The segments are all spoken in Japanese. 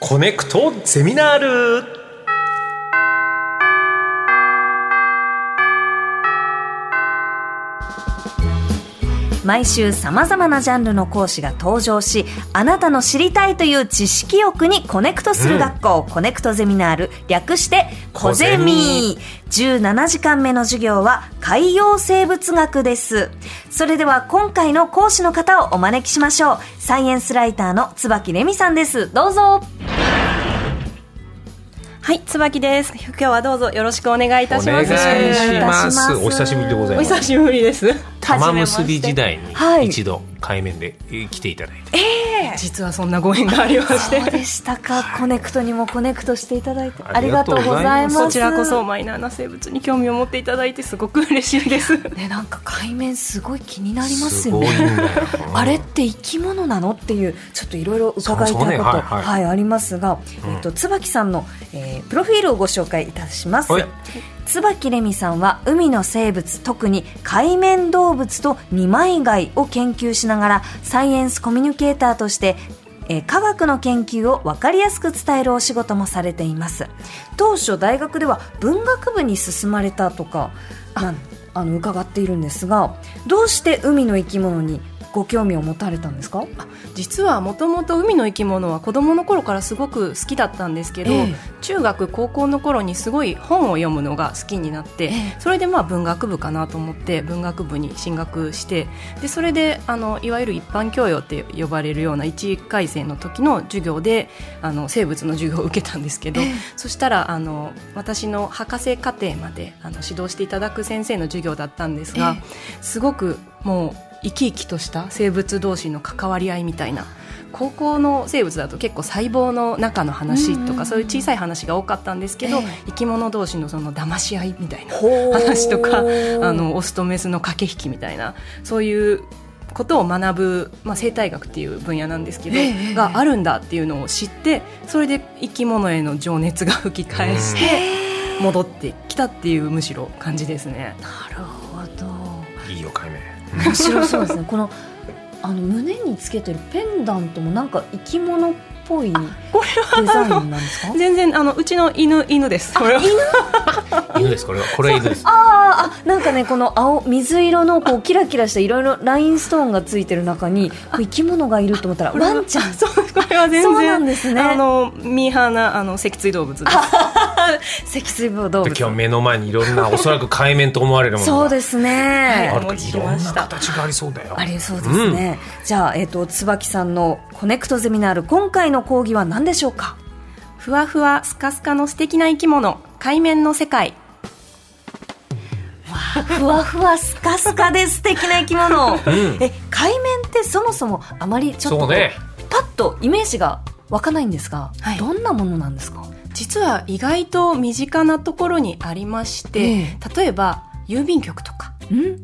コネクトゼミナール毎週さまざまなジャンルの講師が登場しあなたの知りたいという知識欲にコネクトする学校、コネクトゼミナール略して「コゼミ」17時間目の授業は海洋生物学ですそれでは今回の講師の方をお招きしましょうサイエンスライターの椿レミさんですどうぞはい、椿です。今日はどうぞよろしくお願いいたします。お願いしますお久しぶりでございおます久しぶりです。玉結び時代はいに一度海面で来ていただいて、 実 はそんなご縁がありましてそう。でしたかコネクトにもコネクトしていただいてあありりががととううごござざいいまますこちらこそマイナーな生物に興味を持っていただいてすごく嬉しいです。ねなんか海面すごい気になりますすよごいねんだよあれって生き物なのっていうちょっといろいろ伺いたいこと、そうねははいいはいありますが、えっと椿さんの、えープロフィールをご紹介いたします。はい椿レミさんは海の生物特に海面動物と二枚貝を研究しながらサイエンスコミュニケーターとしてえー科学の研究を分かりやすく伝えるお仕事もされています当初大学では文学部に進まれたとかああの伺っているんですがどうして海の生き物にご興味を持たれたんですか実はもともと海の生き物は子供の頃からすごく好きだったんですけど、ええ中学高校の頃にすごい本を読むのが好きになって、それでまあ文学部かなと思って文学部に進学してでそれであのいわゆる一般教養って呼ばれるような1回生の時の授業であの生物の授業を受けたんですけど、そしたらあの私の博士課程まであの指導していただく先生の授業だったんですが、すごくもう生き生きとした生物同士の関わり合いみたいな高校の生物だと結構細胞の中の話とかそういう小さい話が多かったんですけど、ええ生き物同士のその騙し合いみたいな話話とかあのオスとメスの駆け引きみたいなそういうことを学ぶ、まあ、生態学っていう分野なんですけど、ええがあるんだっていうのを知ってそれで生き物への情熱が 吹き返して戻ってきたっていうむしろ感じですね。なるほどいいよ海面面白そうですねこのあの胸につけてるペンダントもなんか生き物っぽいデこれはザインなんですか全然あのうちの犬犬です。これは犬ですこれはこれは犬ですあーあなんかねこの青水色のこうキラキラしたいろいろラインストーンがついてる中にこう生き物がいると思ったらこれはワンちゃん そうこれは全然そうなんですねあのミーハーなあの脊椎動物です。脊椎動物今日目の前にいろんなおそらく海面と思われるものがそうですね、あるかお持ちいしろまんしなた形がありそうだよありそうですね、じゃあ、えっと椿さんのコネクトゼミナール今回の講義は何でしょうかふわふわスカスカの素敵な生き物海面の世界ふわふわスカスカで素敵な生き物、 え海面ってそもそもあまりちょっとこうそうねパッとイメージが湧かないんですが、はいどんなものなんですか実は意外と身近なところにありまして、え例えば郵便局とか ん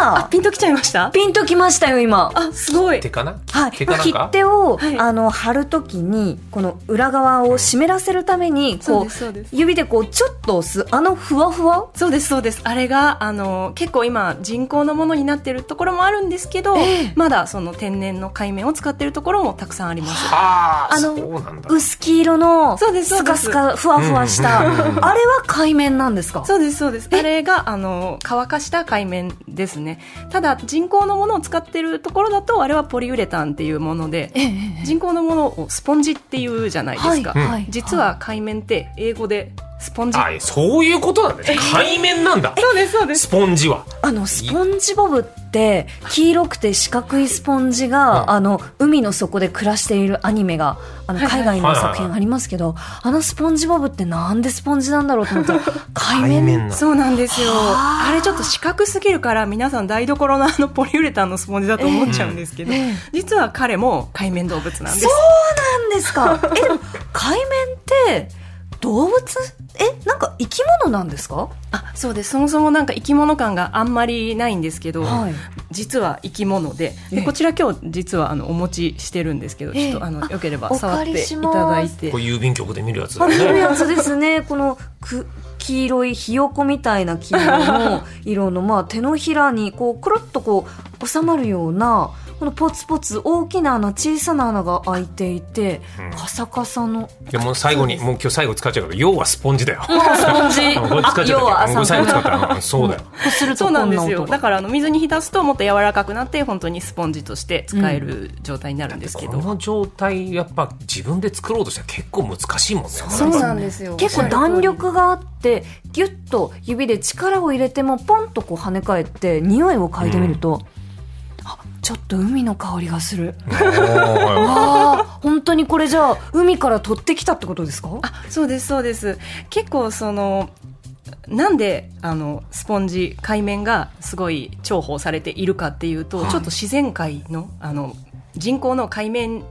あピンときちゃいましたピンときましたよ今あすごい手かなはい、手かなん切か手を、はいあの貼るときにこの裏側を湿らせるためにそうこですそうでうす指でこうちょっと押すあのふわふわそうですそうですあれがあの結構今人工のものになってるところもあるんですけど、まだその天然の海面を使ってるところもたくさんありますあーあのそうなんだ薄黄色のそうでスすそうでカすスカふわふわしたあうんうんうんうんれは海面なんですかそうですそうですあれがあの乾かした海面ですねただ人工のものを使ってるところだとあれはポリウレタンっていうもので、ええええ人工のものをスポンジっていうじゃないですか、はいうんはい実は海面って英語でスポンジ、あそういうことなんだね海面なんだそうですそうでスポンジはあのスポンジボブって黄色くて四角いスポンジが、うんあの海の底で暮らしているアニメがあのはいはい海外のはいはいはい作品ありますけど、あのスポンジボブってなんでスポンジなんだろうと思ったら海面なんだそうなんですよはああれちょっと四角すぎるから皆さん台所のあのポリウレタンのスポンジだと思っちゃうんですけど、ええ実は彼も海面動物なんですそうなんですかえでも海面って動物えなんか生き物なんですか、あそうですそもそもなんか生き物感があんまりないんですけど、はい実は生き物でええでこちら今日実はあのお持ちしてるんですけど、ええちょっとあのあよければお触っ借りていしたますだいてこれ郵便局で見るやつだあ見るねやつです ねこのく黄色いひよこみたい な黄色の色の、まあ、手のひらにこうくるっとこう収まるようなこのポツポツ大きな穴小さな穴が開いていて、うんカサカサのでもう最後にもう今日最後使っちゃうけど要はスポンジだよ。スポンジこれ使っちゃ要はったけど もう朝最後使ったのそうだよ。こするとそうこんななん音ですよがだからあの水に浸すともっと柔らかくなって本当にスポンジとして使える状態になるんですけこど、の状態やっぱ自分で作ろうとしたら結構難しいもんね。そうなんですよ結構弾力があってギュッと指で力を入れてもポンとこう跳ね返って匂いを嗅いでみると、あちょっと海の香りがするおーあー本当にこれじゃあ海から取ってきたってことですかあそうですそうです結構そのなんであのスポンジ海面がすごい重宝されているかっていうと、はいちょっと自然界のあの人工の海面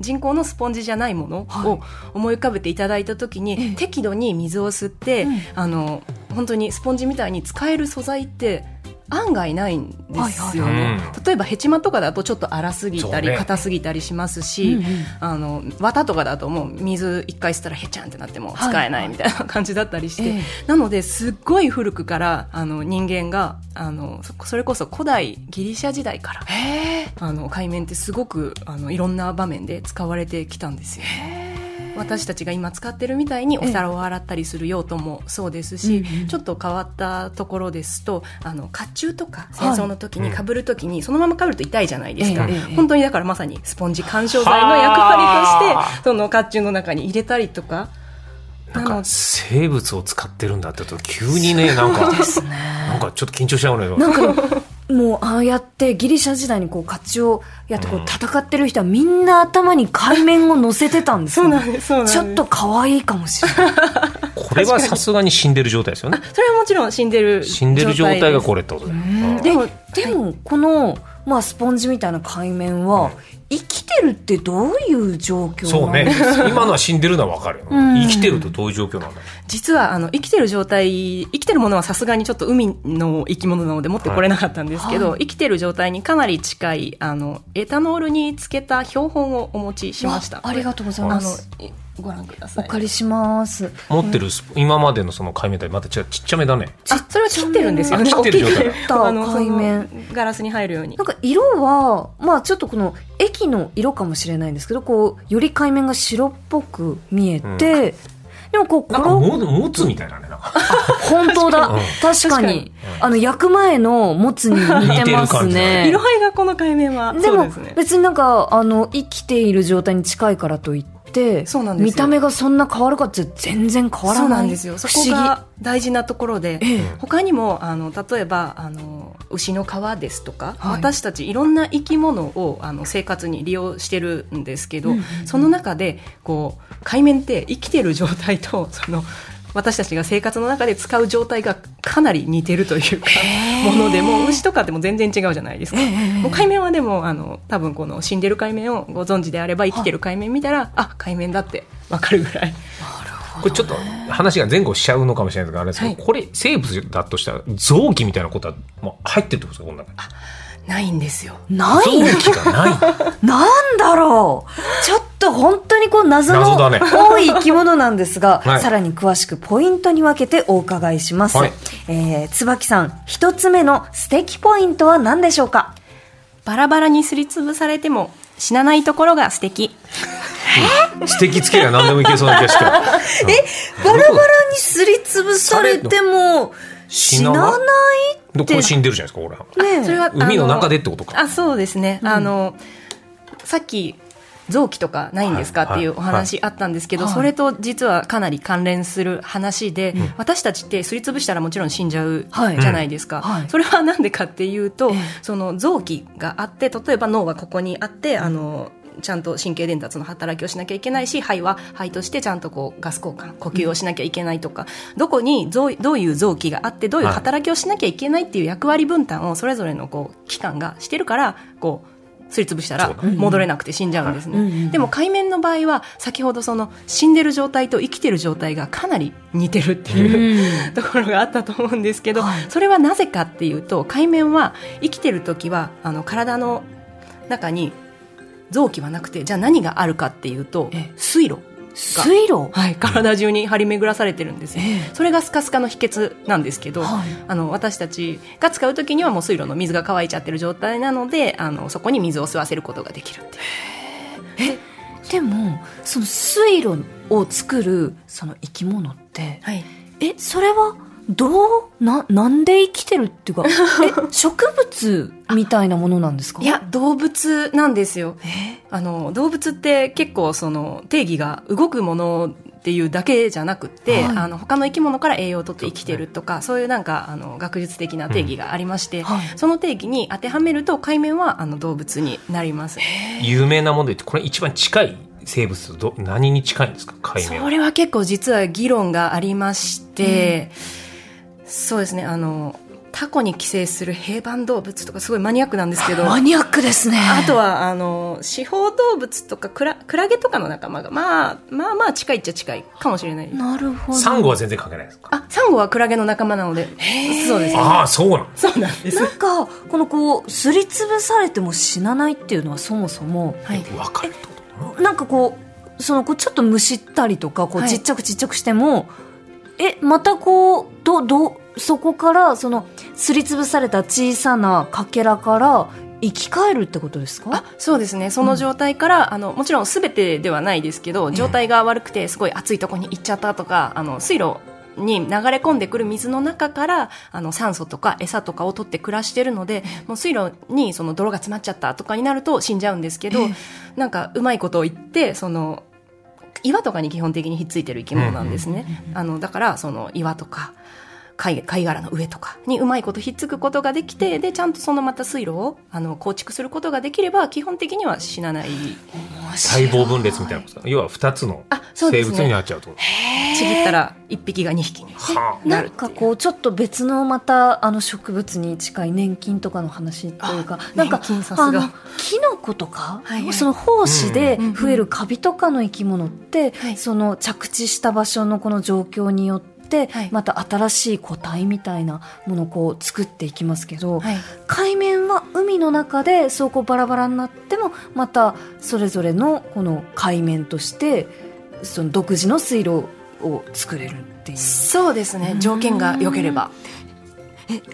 人工のスポンジじゃないものを思い浮かべていただいた時に、適度に水を吸って、うんあの本当にスポンジみたいに使える素材って案外ないんですよね、はいはいはい例えばヘチマとかだとちょっと粗すぎたり、そうね硬すぎたりしますし、うんうんあの綿とかだともう水一回吸ったらへちゃんってなってもう使えないみたいな感じだったりして、ええなのですっごい古くからあの人間があのそそれこそ古代ギリシャ時代からあの海面ってすごくあのいろんな場面で使われてきたんですよね。私たちが今使ってるみたいにお皿を洗ったりする用途もそうですし、うんうんちょっと変わったところですとあの甲冑とか戦争の時にかぶる時に、そのままかぶると痛いじゃないですか、ええええ本当にだからまさにスポンジ緩衝材の役割としてその甲冑の中に入れたりとかなんなかの生物を使ってるんだってと急にねなんかなんかち ょっと緊張しちゃうのよ。なんか ねもうああやってギリシャ時代にこう勝ちをやってこう戦ってる人はみんな頭に海面を乗せてたんですそようねなんですそうなんですちょっと可愛いかもしれない。これはさすがに死んでる状態ですよね。それはもちろん死んでる死んでる状態がこれれってことだよ。うんででもも、でもこの、まあ、スポンジみたいな海面は、生きてるってどういう状況そうなんでねすか。今のは死んでるのはわかるよ。うん生きてるとどういう状況なんだ実はあの生きてる状態生きてるものはさすがにちょっと海の生き物なので持ってこれなかったんですけど、は生きてる状態にかなり近いあのエタノールにつけた標本をお持ちしましたわありがとうございあまのす。いご覧くだおさい借りします。持ってるスポ今までのその海面体またちちっちゃめだね。あそれは切ってるんですよねあ切ってる状態大きくあのそ海の面ガラスに入るようになんか色は、まあちょっとこの液の色かもしれないんですけど、こう、より海面が白っぽく見えうて、んでもこう、なんこかれもを持つみたいなね。なんか本当だうん。確か確かにに。あの、焼く前のもつに似てます似てる感じだね。ね色合いがこの海面はでそうもですね別になんかあの生きている状態に近いからといってそうなんですよ見た目がそんな変わるかって全然変わらないそうなんですよそこ不思が大事なところで議、ええ他にもあの例えばあの牛の皮ですとか、はい私たちいろんな生き物をあの生活に利用してるんですけど、うんうんその中でこう海面って生きてる状態と その私たちが生活の中で使う状態がかなり似てるというか、へーものでもう牛とかっても全然違うじゃないですか、もう海面はでもあの多分この死んでる海面をご存知であれば生きてる海面見たら、あ海面だってわかるぐらいこれちょっと話が前後しちゃうのかもしれないですがあれですけど、はいこれ生物だとしたら臓器みたいなことはもう入ってるってことですかこの中にないんですよ。ない臓器が ない。なんだろうちょっと本当にこう謎の謎だね多い生き物なんです が、はいさらに詳しくポイントに分けてお伺いします、はいえー椿さん一つ目の素敵ポイントは何でしょうかバラバラにすりつぶされても死なないところが素敵素敵つけりゃ何でもいけそうな気がしてる。えバラバラにすりつぶされても死死なななないいでっこてれ死んでるじゃないですかこれは。ねえそれは海の中でってことかあのあそうですね、あのさっき臓器とかないんですかっはいていうお話あったんですけど、それと実はかなり関連する話で、私たちってすりつぶしたらもちろん死んじゃうはいじゃないですか、うんはいそれはなんでかっていうと、その臓器があって例えば脳はここにあってあのちゃんと神経伝達の働きをしなきゃいけないし肺は肺としてちゃんとこうガス交換呼吸をしなきゃいけないとか、どこに臓どういう臓器があってどういう働きをしなきゃいけないっていう役割分担をそれぞれのこう機関がしてるからこうすりつぶしたらそうだ戻れなくて死んじゃうんですね、うんうんでも海面の場合は先ほどその死んでる状態と生きてる状態がかなり似てるっていう、 ところがあったと思うんですけど、それはなぜかっていうと海面は生きてる時はあの体の中に臓器はなくてじゃあ何があるかっていうとええ水路水路はい、体中に張り巡らされてるんですよ、えそれがスカスカの秘訣なんですけど、はいあの私たちが使う時にはもう水路の水が乾いちゃってる状態なのであのそこに水を吸わせることができるっていうでもその水路を作るその生き物ってはい、えそれはどうななんで生きてる っていうかえ植物みたいなものなんですかいや動物なんですよえあの動物って結構その定義が動くものっていうだけじゃなくって、はいあの他の生き物から栄養をとって生きてるとかそう,、いうなんかあの学術的な定義がありまして、はいその定義に当てはめると海面はあの動物になります。有名なもので言って、これ一番近い生物とど何に近いんですか海面そは。れは結構実は議論がありまして、そうですねあのタコに寄生する平板動物とかすごいマニアックなんですけどマニアックですねあとは、あの、四方動物とかクラ、クラゲとかの仲間が、まあ、まあまあ近いっちゃ近いかもしれない。なるほどサンゴは全然関係ないですかあ、サンゴはクラゲの仲間なので、そうです。ああ、そうなんそうなんです。なんかこのこうすりつぶされても死なないっていうのはそもそもはい。わかるってことかななんかこうそのこうちょっとむしったりとかこうはいちっちゃくちっちゃくしても、えまたこうどどそこからそのすりつぶされた小さなかけらから生き返るってことですかあそうですねその状態から、あのもちろん全てではないですけど状態が悪くてすごい暑いとこに行っちゃったとかあの水路に流れ込んでくる水の中からあの酸素とか餌とかを取って暮らしてるのでもう水路にその泥が詰まっちゃったとかになると死んじゃうんですけど、なんかうまいことを言ってその岩とかに基本的にひっついてる生き物なんですね。あのだからその岩とか貝貝殻の上とかにうまいことひっつくことができてでちゃんとそのまた水路をあの構築することができれば基本的には死なない細胞分裂みたいなことですか要は二つのあそうで生す物ねになっちゃうってことちぎったら1匹が2匹にはあななるっんていかうこうちょっと別のまたあの植物に近い年金とかの話というかあなんか年金さあすがのキノコとか、はいはいその胞子でうん増えるカビとかの生き物って、はいその着地した場所のこの状況によって、はいまた新しい個体みたいなものをこう作っていきますけど、はい海面は海の中でそうこうバラバラになってもまたそれぞれのこの海面としてその独自の水路を作れるっていう。そうですね条件が良ければ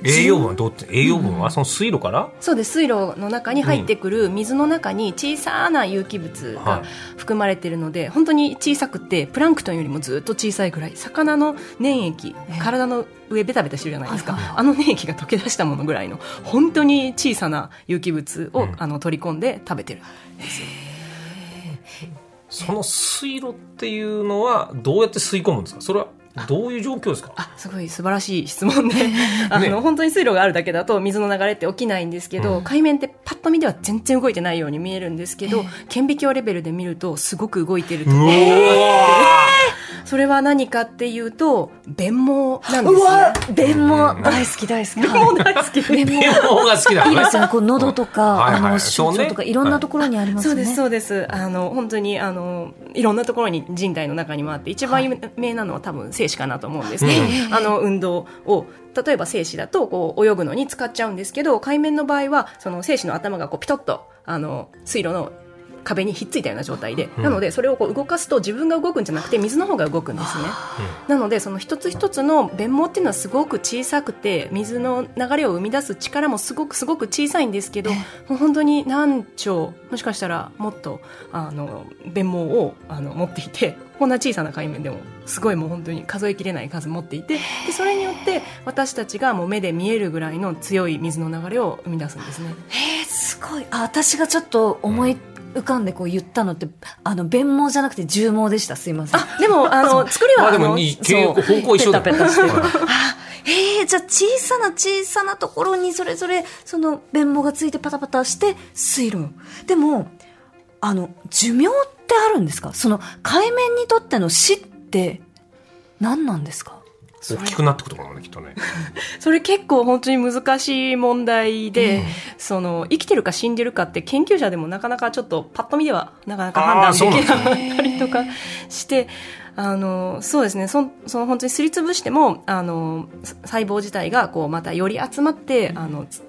栄養分はどうって栄養分はその水路からそうです水路の中に入ってくる水の中に小さな有機物はがい含まれているので本当に小さくてプランクトンよりもずっと小さいぐらい魚の粘液ええ体の上ベタベタしてるじゃないですかはいあの粘液が溶け出したものぐらいの本当に小さな有機物をうんあの取り込んで食べてるその水路っていうのはどうやって吸い込むんですかそれはどういう状況ですかあすごい素晴らしい質問で、あの本当に水路があるだけだと水の流れって起きないんですけど、うん海面ってパッと見では全然動いてないように見えるんですけど、顕微鏡レベルで見るとすごく動いてるとうおそれは何かっていうと弁毛なんですうねわ弁うもん大好き大好き。もう大好き弁もー弁護が好きだいいですねよね。こう喉とか、はいはいあのそ小うね腸とかいろんなところにありますそようね。ですそうですあの本当にあのいろんなところに人体の中にもあって一番有名なのは多分精子かなと思うんですけど、うあの運動を例えば精子だとこう泳ぐのに使っちゃうんですけど海面の場合はその精子の頭がこうピトッとあの水路の壁にひっついたような状態で、うんなのでそれをこう動かすと自分が動くんじゃなくて水の方が動くんですね、なのでその一つ一つの弁毛っていうのはすごく小さくて水の流れを生み出す力もすごくすごく小さいんですけどもう本当に何兆もしかしたらもっとあの弁毛をあの持っていてこんな小さな海面でもすごいもう本当に数えきれない数持っていてでそれによって私たちがもう目で見えるぐらいの強い水の流れを生み出すん ですね。えーすごい。あ、私がちょっと思い浮かんでこう言ったのって、あの弁毛じゃなくて重毛でした。すいません。あでもあの作りまはあであものいい傾向そう方向一緒だペタペタしてるえー、じゃあ小さな小さなところにそれぞれその弁毛がついてパタパタして水路。でも、あの、寿命ってあるんですかその海面にとっての死って何なんですか大きくなってくところまできっとねそれ結構本当に難しい問題で、その生きてるか死んでるかって研究者でもなかなかちょっとパッと見ではなかなか判あー断できな かったりとかして。あのそうですねそんその本当にすりつぶしてもあの細胞自体がこうまたより集まってあのつ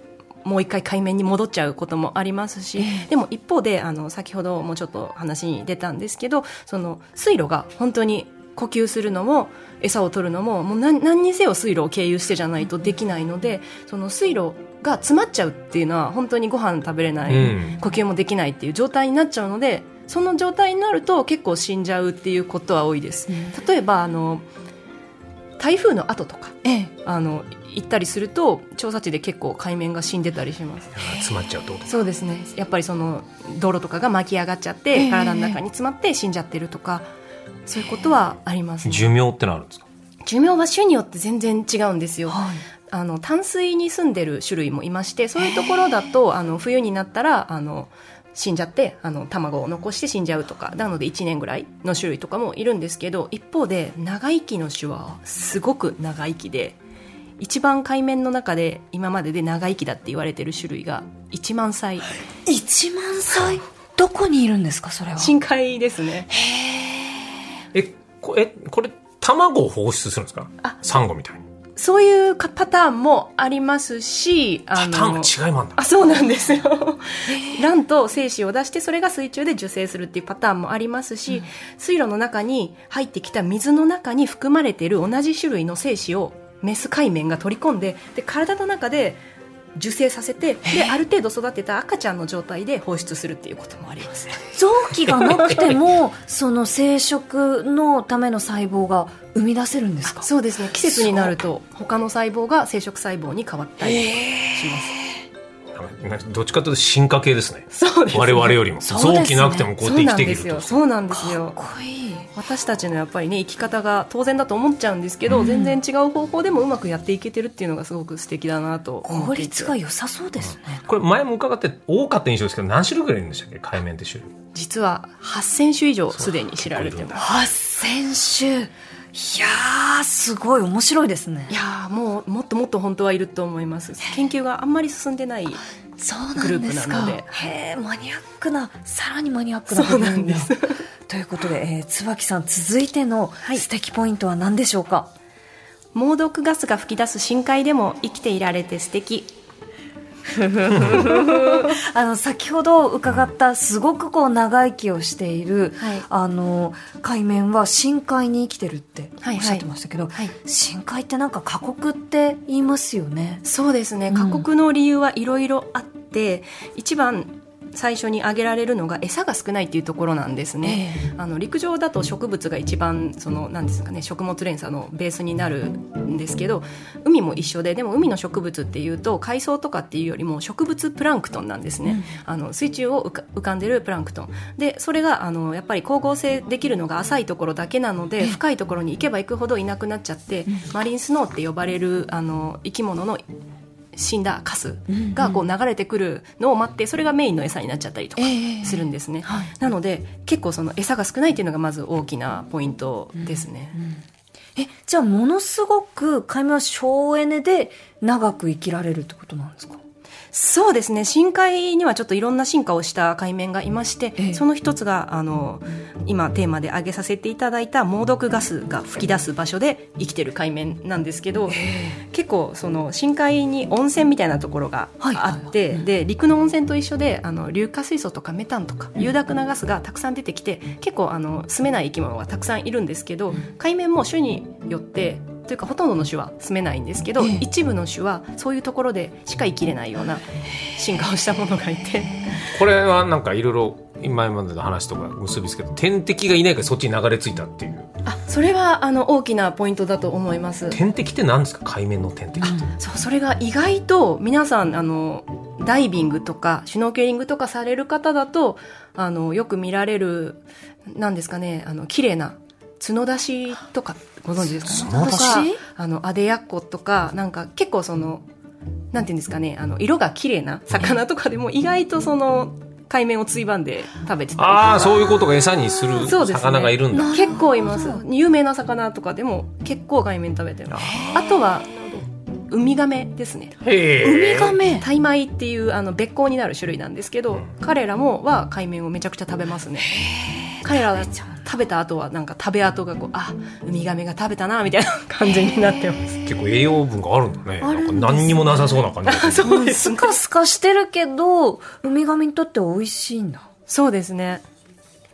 もう一回海面に戻っちゃうこともありますし、でも一方であの先ほどもちょっと話に出たんですけどその水路が本当に呼吸するのも餌を取るのももう何何にせよ水路を経由してじゃないとできないのでその水路が詰まっちゃうっていうのは本当にご飯食べれない、うん呼吸もできないっていう状態になっちゃうのでその状態になると結構死んじゃうっていうことは多いです。例えばあの台風の後とかええあの行ったりすると調査地で結構海面が死んでたりします詰まっちゃうと。そうですねやっぱりその道路とかが巻き上がっちゃって、ええ体の中に詰まって死んじゃってるとかそういうことはありますね、寿命ってのあるんですか。寿命は種によって全然違うんですよ、あの淡水に住んでる種類もいましてそういうところだとあの冬になったらあの死んじゃってあの卵を残して死んじゃうとかなので1年ぐらいの種類とかもいるんですけど一方で長生きの種はすごく長生きで一番海面の中で今までで長生きだって言われてる種類が1万歳1万歳どこにいるんですかそれは深海ですねえ、こえ、これ卵を放出するんですかあ。サンゴみたいに。そういうかパターンもありますしあパターンが違いもあんだ。あそうなんですよ卵と精子を出してそれが水中で受精するっていうパターンもありますし、水路の中に入ってきた水の中に含まれている同じ種類の精子をメス海面が取り込んでで体の中で受精させてである程度育てた赤ちゃんの状態で放出するっていうこともあります臓器がなくて もその生殖のための細胞が生み出せるんですかそうですね季節になると他の細胞が生殖細胞に変わったりしまなんかどっちかというと進化系ですね。す、そうですね我々よりも、そうですね臓器なくてもこうやって生きていけると。そうなんですよそうなんですよかっこいい私たちのやっぱりね生き方が当然だと思っちゃうんですけど、全然違う方法でもうまくやっていけてるっていうのがすごく素敵だなと思効っていて率が良さそうですね、これ前も伺って多かった印象ですけど何種類ぐらいいるんでしたっけ海面って種類実は8000種以上すでに知られてます8000種いやーすごい面白いですねいやーもうもっともっと本当はいると思います研究があんまり進んでないそうグなんルでープすなかのでへえマニアックなさらにマニアックなそうなんで部分だということで、えー、椿さん続いてのい素敵ポイントは何でしょうか、猛毒ガスが吹き出す深海でも生きていられて素敵あの先ほど伺ったすごくこう長生きをしている、はいあの海面は深海に生きてるっておはいはいっしゃってましたけど、はい深海ってなんか過酷って言いますよね。そうですねん過酷の理由はいろいろあって、一番最初に挙げられるのが餌が少ないっていうところなんですね、あの陸上だと植物が一番そのなんですかね食物連鎖のベースになるんですけど海も一緒ででも海の植物っていうと海藻とかっていうよりも植物プランクトンなんですね、あの水中を浮か浮かんでるプランクトンでそれがあのやっぱり光合成できるのが浅いところだけなので深いところに行けば行くほどいなくなっちゃってマリンスノーって呼ばれるあの生き物の死んだカスがこう流れてくるのを待ってそれがメインの餌になっちゃったりとかするんですね、なので結構その餌が少ないっていうのがまず大きなポイントですね、えじゃあものすごく海面は省エネで長く生きられるってことなんですかそうですね深海にはちょっといろんな進化をした海面がいまして、ええその一つがあの今テーマで挙げさせていただいた猛毒ガスが吹き出す場所で生きてる海面なんですけど、結構その深海に温泉みたいなところがはいはいあって、で陸の温泉と一緒であの硫化水素とかメタンとか有毒なガスがたくさん出てきて結構あの住めない生き物がたくさんいるんですけど海面も種によってというかほとんどの種は住めないんですけど、一部の種はそういうところでしか生きれないような進化をしたものがいて、これはなんかいろいろ今までの話とか結びつけて天敵がいないからそっちに流れ着いたっていうあそれはあの大きなポイントだと思います。天敵って何ですか海面の天敵ってそうそれが意外と皆さんあのダイビングとかシュノーケリングとかされる方だとあのよく見られるなんですかねあの綺麗な角出しとかご存知ですか角出としかあのアデヤッコとかなんか結構そのなんていうんですかねあの色が綺麗な魚とかでも意外とその海面をついばんで食べてたりとかああそういうことが餌にするそうですね魚がいるんだ、結構います有名な魚とかでも結構海面食べてるあとはウミガメですねへえメタイマイっていうあの別光になる種類なんですけど、彼らもは海面をめちゃくちゃ食べますね彼らは食べた後はなんか食べ跡がこうあウミガメが食べたなみたいな感じになってます。結構栄養分があるんだね。あるんですねなんか何にもなさそうな感じがする。 そうですスカスカしてるけど、ウミガメにとって美味しいんだ。そうですね。う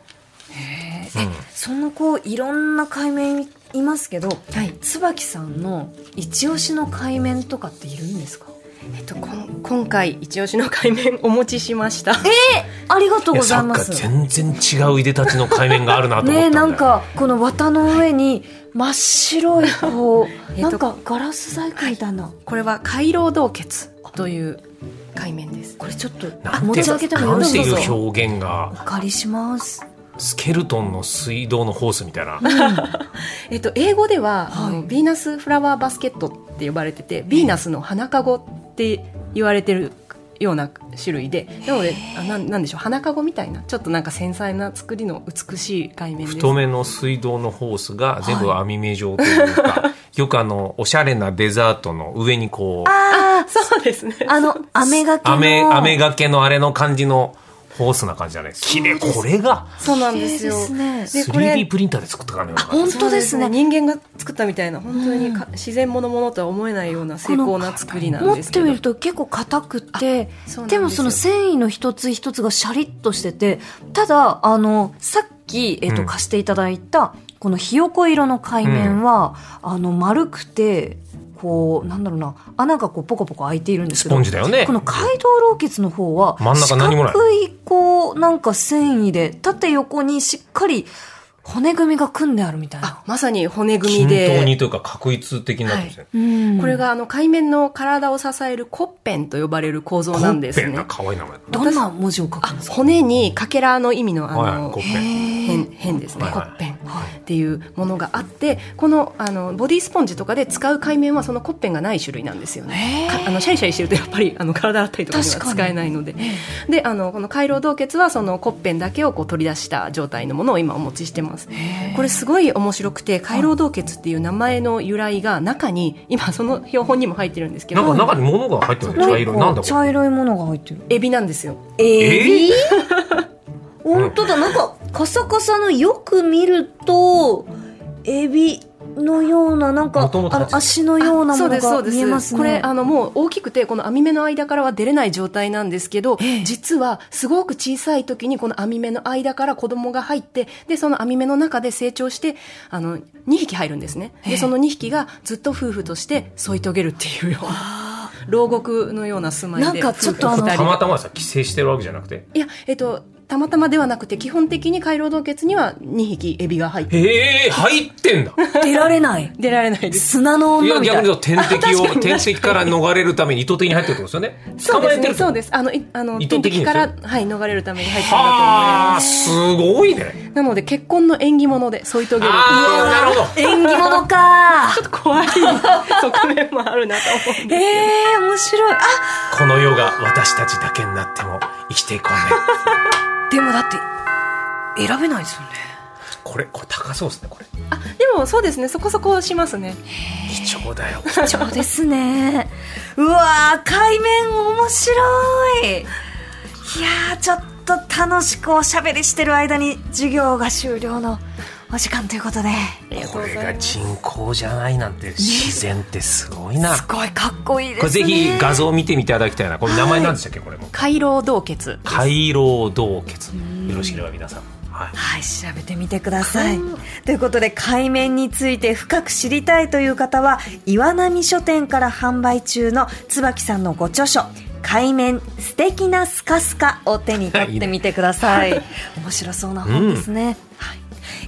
んそんなこう、いろんな海面いますけど、はい。椿さんの一押しの海面とかっているんですかえっとこん今回一押しの海面お持ちしました。ありがとういやござさいっまきからす。全然違ういでたちの海面があるなと思ったんだねよえなんかこの綿の上に真っ白いこう、 なんかガラス細工みたいな、これは回廊洞穴という海面です。これちょっとなんて持ち上げてもよなろんてしいですいうか表現がお借りしますスケルトンの水道のホースみたいな、えっと、英語では、はいあのヴィーナスフラワーバスケットって呼ばれてて、ヴィーナスの花かごって言われてるような種類で、なので、あなんなんでしょう、花かごみたいな、ちょっとなんか繊細な作りの美しい海面です。太めの水道のホースが全部網目状というか、 よくあのおしゃれなデザートの上にこうあそうですね。ああの雨がけの雨雨がけのあれの感じのホースな感じじゃない綺麗これがそうなんですよ。綺麗ですねでこれ 3D プリンターで作ったかのような感じ本当ですねそう人間が作ったみたいな、本当にか、自然ものものとは思えないような精巧な作りなん持でっすけてど。みると結構硬くてそうなんですでよもその繊維の一つ一つがシャリッとしててただあのさっき、えっとうん貸していただいたこのひよこ色の海面は、あの丸くてこうなんだろうな穴がこうポコポコ開いているんですスけどポンジだよねこの街道老血の方は真ん中何もない四角いこうなんか繊維で縦横にしっかり骨組みが組んであるみたいな、あ、まさに骨組均みで。等にというか確一的になってますね、うんこれがあの海面の体を支えるコッペンと呼ばれる構造なんですコッペンねが。可愛い名前だどんな文字を書くあんですか骨にかけらの意味のあはの、いコッへペンー変変ですね、はいはいコッペンはいっていうものがあってこのあのボディスポンジとかで使う海面はそのコッペンがない種類なんですよねへーかあのシャリシャリしてるとやっぱりあの体だったりとかには確かに使えないのでであのこの回廊洞穴はそのコッペンだけをこう取り出した状態のものを今お持ちしてますこれすごい面白くて回廊洞穴っていう名前の由来が中に今その標本にも入ってるんですけなんどか中に物が入ってるんだよ茶色いなんだこ茶色いものが入ってる。エビなんですよええー、本当だ、なんか、カサカサのよく見ると、エビのような、なんか、元々あのの足のようなものが見えますね。これあのもう大きくてこの網目の間からは出れない状態なんですけど、実はすごく小さい時にこの網目の間から子供が入ってでその網目の中で成長してあの2匹入るんですねでその2匹がずっと夫婦として添い遂げるっていうような牢獄のような住まいでなんかちょっとあの夫婦れた二人まがたまさ寄生してるわけじゃなくていやえっとたまたまではなくて基本的に回廊洞穴には2匹エビが入ってへえ入ってんだ出られない。出られないです砂のい女やみた逆にい言な。うと天敵を天敵から逃れるために意図的に入ってるってことですよねそう捕までえすてねるそうですあのいあの意図天的に敵ですよから、はい、逃れるために入ってるんだと思いますはあすごいねなので結婚の縁起物で添い遂げるっていうああなるほど縁起物かちょっと 怖い側面もあるなと思うんえでえー、面白い。あこの世が私たちだけになっても生きていこうねでもだって、選べないですよね。 これこれ高そうですねこれあでもそうですねそこそこしますね貴重だよ貴重ですね。うわー、海面面白い。いやー、ちょっと楽しくおしゃべりしてる間に授業が終了のお時間ということで。これが人工じゃないなんて自然ってすごいなすごいかっこいいですね。これぜひ画像を見てみていただきたいなこれ名前なんでしたっけこれも回廊洞穴回廊洞穴よろしければ皆さんはいはい、調べてみてください。ということで、海面について深く知りたいという方は、岩波書店から販売中の椿さんのご著書、海面素敵なスカスカを手に取ってみてください。面白そうな本ですね。はい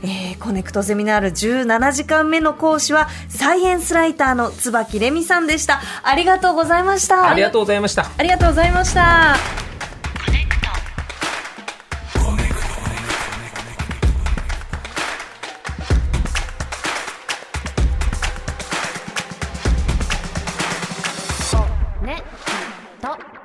えーコネクトゼミナール17時間目の講師はサイエンスライターの椿レミさんでしたありがとうございましたありがとうございましたありがとうございましたねと